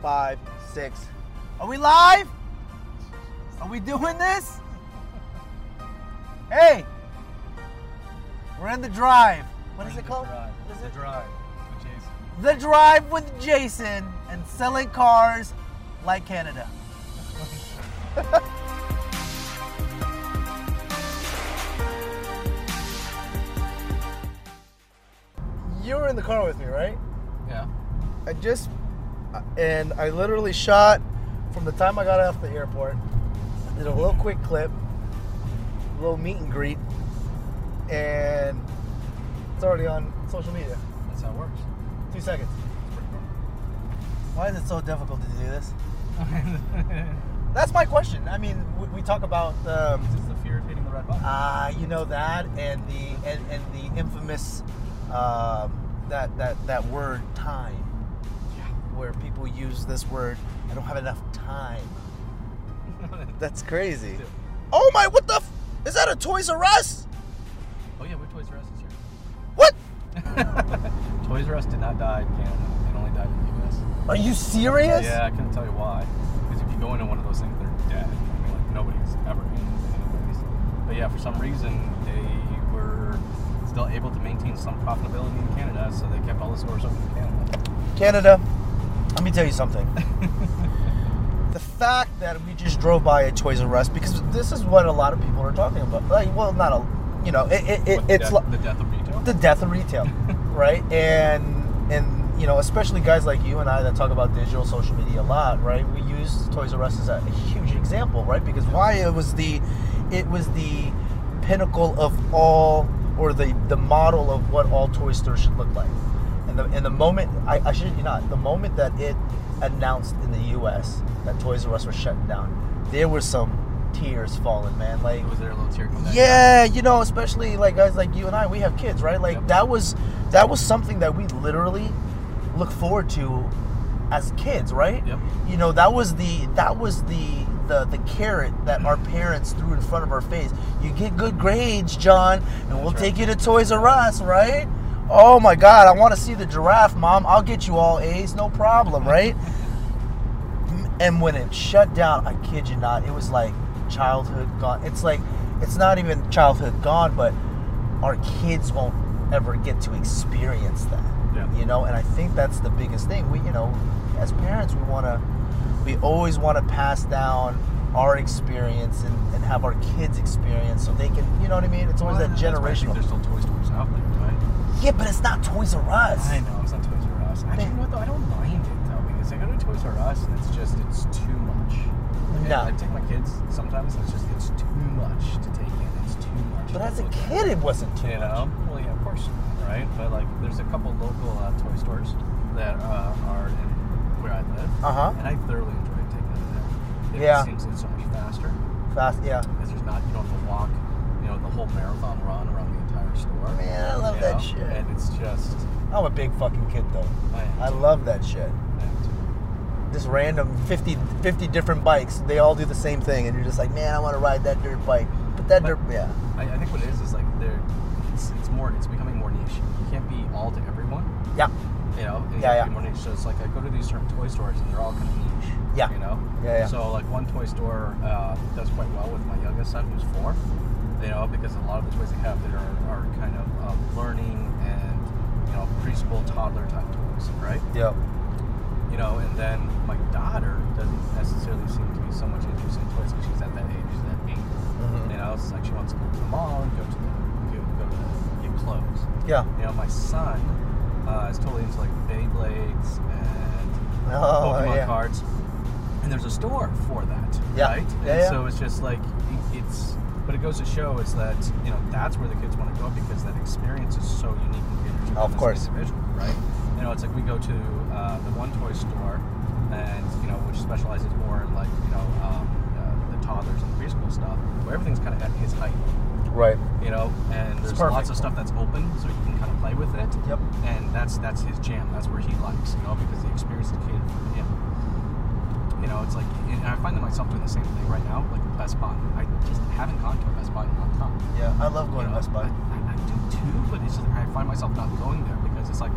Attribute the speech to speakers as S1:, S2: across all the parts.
S1: five, six. Are we live? Are we doing this? Hey! We're in the drive. What is it called? What is
S2: The
S1: it?
S2: drive with Jason.
S1: The Drive with Jason and selling cars like Canada. you were in the car with me, right?
S2: Yeah.
S1: I just and I literally shot from the time I got off the airport. I did a little quick clip, a little meet and greet, and it's already on social media.
S2: That's how it works.
S1: Two seconds.
S2: It's pretty
S1: Why is it so difficult to do this?
S2: cool.
S1: That's my question. I mean, we, we talk about um,
S2: it's the fear of hitting the red button.
S1: Ah, you know that, and the and, and the infamous um, that that that word time, where people use this word. I don't have enough time. That's crazy.
S2: Yeah.
S1: Oh my! What the? F- is that a Toys R Us?
S2: oh yeah, we're Toys R Us is here.
S1: What?
S2: Toys R Us did not die in Canada. It only died in the US.
S1: Are you serious?
S2: Yeah, I couldn't tell you why. Because if you go into one of those things, they're dead. I mean, like nobody's ever in any of these. But yeah, for some reason, they were still able to maintain some profitability in Canada, so they kept all the stores open in Canada.
S1: Canada. Let me tell you something. the fact that we just drove by a Toys R Us because this is what a lot of people are talking about. Like, well, not a, you know, it, it, it,
S2: What, the
S1: it's.
S2: death,
S1: like
S2: the death of retail.
S1: the death of retail, right? And and you know, especially guys like you and I that talk about digital social media a lot, right? We use Toys R Us as a huge example, right? Because why it was the it was the pinnacle of all or the the model of what all toy stores should look like. And the and the moment I, I should you not, the moment that it announced in the US that Toys R Us was shutting down, there were some tears falling, man. Like
S2: it was their little tear going down.
S1: yeah, you know, especially like guys like you and I, we have kids, right? Like
S2: Yep.
S1: that was that was something that we literally look forward to as kids, right?
S2: Yep.
S1: You know, that was the that was the the, the carrot that our parents threw in front of our face. You get good grades, John, and we'll
S2: That's right.
S1: take you to Toys R Us, right? Oh my God, I want to see the giraffe, Mom. I'll get you all A's, no problem, right? and when it shut down, I kid you not, it was like childhood gone. It's like it's not even childhood gone, but our kids won't ever get to experience that.
S2: Yeah.
S1: You know, and I think that's the biggest thing. We, you know, as parents, we want to, we always want to pass down our experience and, and have our kids experience so they can, you know what I mean? It's always
S2: Well,
S1: that
S2: that's why I think
S1: generational.
S2: There's still Toy Stores out there, right?
S1: Yeah, but it's not Toys R Us.
S2: I know it's not Toys R Us. Actually,
S1: They-
S2: you know what though? I don't mind it though because I go to Toys R Us and it's just it's too much. And
S1: No.
S2: I take my kids sometimes and it's just it's too much to take in. It's too much.
S1: But
S2: to
S1: as a
S2: look at.
S1: kid, it wasn't too
S2: You
S1: much.
S2: know? Well, yeah, of course, right? But like, there's a couple local uh, toy stores that uh, are in where I live,
S1: Uh huh.
S2: and I thoroughly enjoy taking them there. It
S1: Yeah.
S2: seems it's so much faster
S1: Fast, yeah.
S2: because there's not you don't have to walk, you know, the whole marathon run around the entire store.
S1: Man, I love
S2: you
S1: that
S2: know?
S1: shit.
S2: And it's just,
S1: I'm a big fucking kid though. I
S2: I,
S1: love that shit. Just random 50, 50 different bikes. They all do the same thing, and you're just like, man, I want to ride that dirt bike. But that
S2: But-
S1: dirt, yeah.
S2: I, I think what it is is like they're, it's, it's more, it's becoming more niche. You can't be all to everyone.
S1: Yeah.
S2: you know, and
S1: Yeah,
S2: yeah,
S1: yeah.
S2: yeah. more niche. So it's like I go to these certain toy stores and they're all kind of niche.
S1: Yeah.
S2: You know?
S1: Yeah, yeah.
S2: So like one toy store uh, does quite well with my youngest son who's four. You know, because a lot of the toys they have there are, are kind of uh, learning and you know preschool toddler type toys, right?
S1: Yep.
S2: You know, and then my daughter doesn't necessarily seem to be so much interested in toys because she's at that age, she's at 8
S1: Mhm.
S2: You know, it's like she wants to go to the mall and go to the go, go to the, get clothes.
S1: Yeah.
S2: You know, my son uh, is totally into like Beyblades and
S1: Oh,
S2: Pokemon
S1: yeah.
S2: cards, and there's a store for that,
S1: Yeah.
S2: right?
S1: Yeah,
S2: and
S1: yeah.
S2: so it's just like it- it's, but it goes to show is that you know that's where the kids want to go because that experience is so unique and different.
S1: Of course.
S2: individual, right? You know, it's like we go to uh, the one toy store, and you know, which specializes more in like you know um, uh, the toddlers and the preschool stuff, where everything's kind of at his height
S1: Right.
S2: you know, and
S1: It's
S2: there's
S1: perfect.
S2: lots of stuff that's open, so you can kind of play with it.
S1: Yep.
S2: And that's that's his jam. That's where he likes, you know, because the experience is catered for him. You know, it's like, and I find that myself doing the same thing right now, like with Best Buy. I just haven't gone to a Best Buy in a long time.
S1: Yeah. I love going to
S2: You know,
S1: Best Buy.
S2: I, I, I do too, but it's just I find myself not going there because it's like,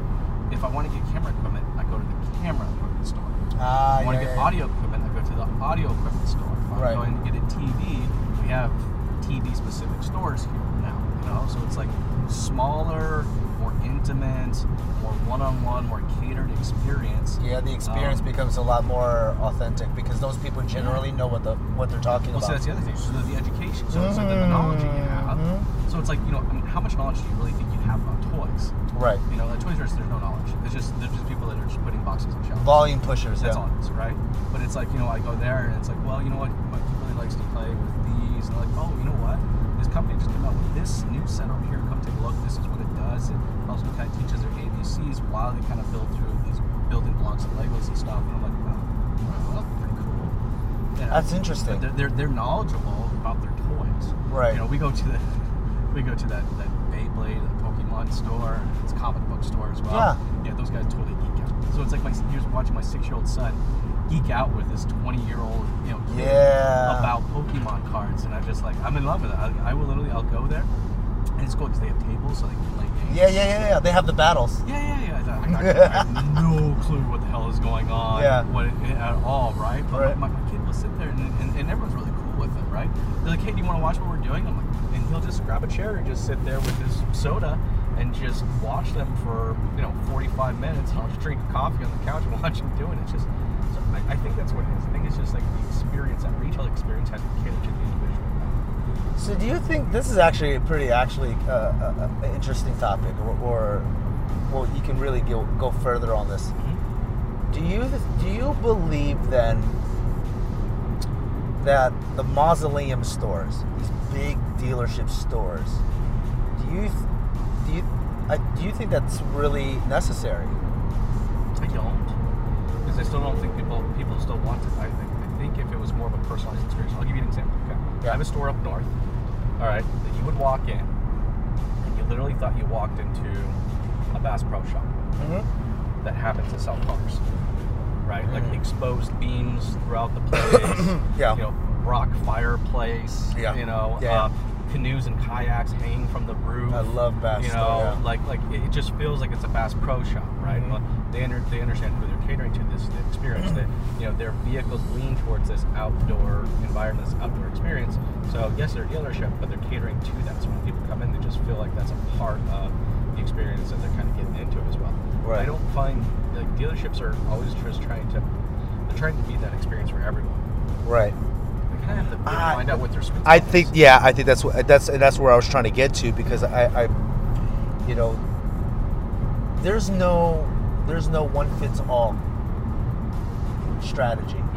S2: if I want to get camera equipment, I go to the camera equipment store.
S1: Ah,
S2: I want
S1: yeah, yeah,
S2: to get
S1: yeah.
S2: audio equipment. I go to the audio equipment store. If I'm
S1: Right.
S2: going to get a TV, we have TV specific stores here now. You know, so it's like smaller, more intimate, more one on one, more catered experience.
S1: Yeah, the experience
S2: Um,
S1: becomes a lot more authentic because those people generally know what the what they're talking
S2: Well, see,
S1: about.
S2: that's the other thing. So the, the education, so it's like
S1: Mm-hmm.
S2: the knowledge you have. So it's like you know, I mean, how much knowledge do you really think you have about toys?
S1: Right.
S2: You know, at Toys R Us, there's no knowledge. It's just there's just people that are just putting boxes on shelves.
S1: Volume pushers.
S2: that's
S1: yeah.
S2: on us, right? But it's like, you know, I go there and it's like, well, you know what, Mike really likes to play with these. And like, oh, you know what? This company just came out with this new set over here. Come take a look. This is what it does. It also kind of teaches their ABCs while they kind of build through these building blocks and Legos and stuff. And I'm like, wow, wow that's pretty cool. You know,
S1: That's interesting.
S2: but They're, they're, they're knowledgeable about their toys.
S1: Right.
S2: You know, we go to the we go to that that Beyblade, that Pokemon store. It's a comic book store as well.
S1: Yeah.
S2: Yeah, those guys totally geek out. So it's like my here's watching my six year old son geek out with this twenty year old you know kid
S1: Yeah.
S2: about Pokemon cards, and I'm just like I'm in love with it. I, I will literally I'll go there, and it's cool because they have tables so they can play games.
S1: Yeah, yeah, yeah, yeah. They have the battles.
S2: Yeah, yeah, yeah. I, I, I have no clue what the hell is going on.
S1: Yeah.
S2: What it, at all, right? But
S1: Right.
S2: My, my kid will sit there, and, and, and everyone's really cool with him, right? They're like, "Hey, do you want to watch what we're doing?" I'm like, and he'll just grab a chair and just sit there with his soda and just watch them for you know 45 minutes. And I'll just drink coffee on the couch and watch him do it. It's just, so I, I think that's what it is. I think it's just like the experience, that retail experience, had to cater to the individual.
S1: So, do you think this is actually a pretty actually uh, uh, uh, interesting topic, or, or well, you can really go, go further on this? Do you do you believe then that the mausoleum stores, these big dealership stores, do you do you I, do you think that's really necessary?
S2: I don't, because I still don't think people people still want it. I think I think if it was more of a personalized experience, I'll give you an example. Okay, I have a store up north. All right, that you would walk in, and you literally thought you walked into a Bass Pro Shop
S1: Mm-hmm.
S2: that happens to sell cars, right? Like
S1: Mhm.
S2: exposed beams throughout the place.
S1: Yeah.
S2: You know, rock fireplace.
S1: Yeah.
S2: You know,
S1: Yeah.
S2: Uh, canoes and kayaks hanging from the roof.
S1: I love Bass
S2: You know,
S1: Pro, yeah.
S2: like like it it just feels like it's a Bass Pro Shop, right?
S1: Mhm.
S2: Well, they under, they understand who they're catering to. This is the experience that you know their vehicles lean towards this outdoor environment, this outdoor experience. So yes, they're a dealership, but they're catering to that. So when people come in, they just feel like that's a part of the experience that they're kind of getting into as well.
S1: Right.
S2: I don't find like dealerships are always just trying to they're trying to be that experience for everyone.
S1: Right.
S2: They kind of have to really
S1: I-
S2: find out what their sweet
S1: Ah, I
S2: spot
S1: think
S2: is.
S1: yeah, I think that's what that's and that's where I was trying to get to because I, I you know there's no there's no one fits all strategy.
S2: Mm-hmm.